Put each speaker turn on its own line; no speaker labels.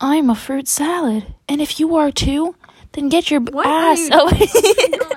I'm a fruit salad, and if you are too, then get your b-
What are
ass
you-
away.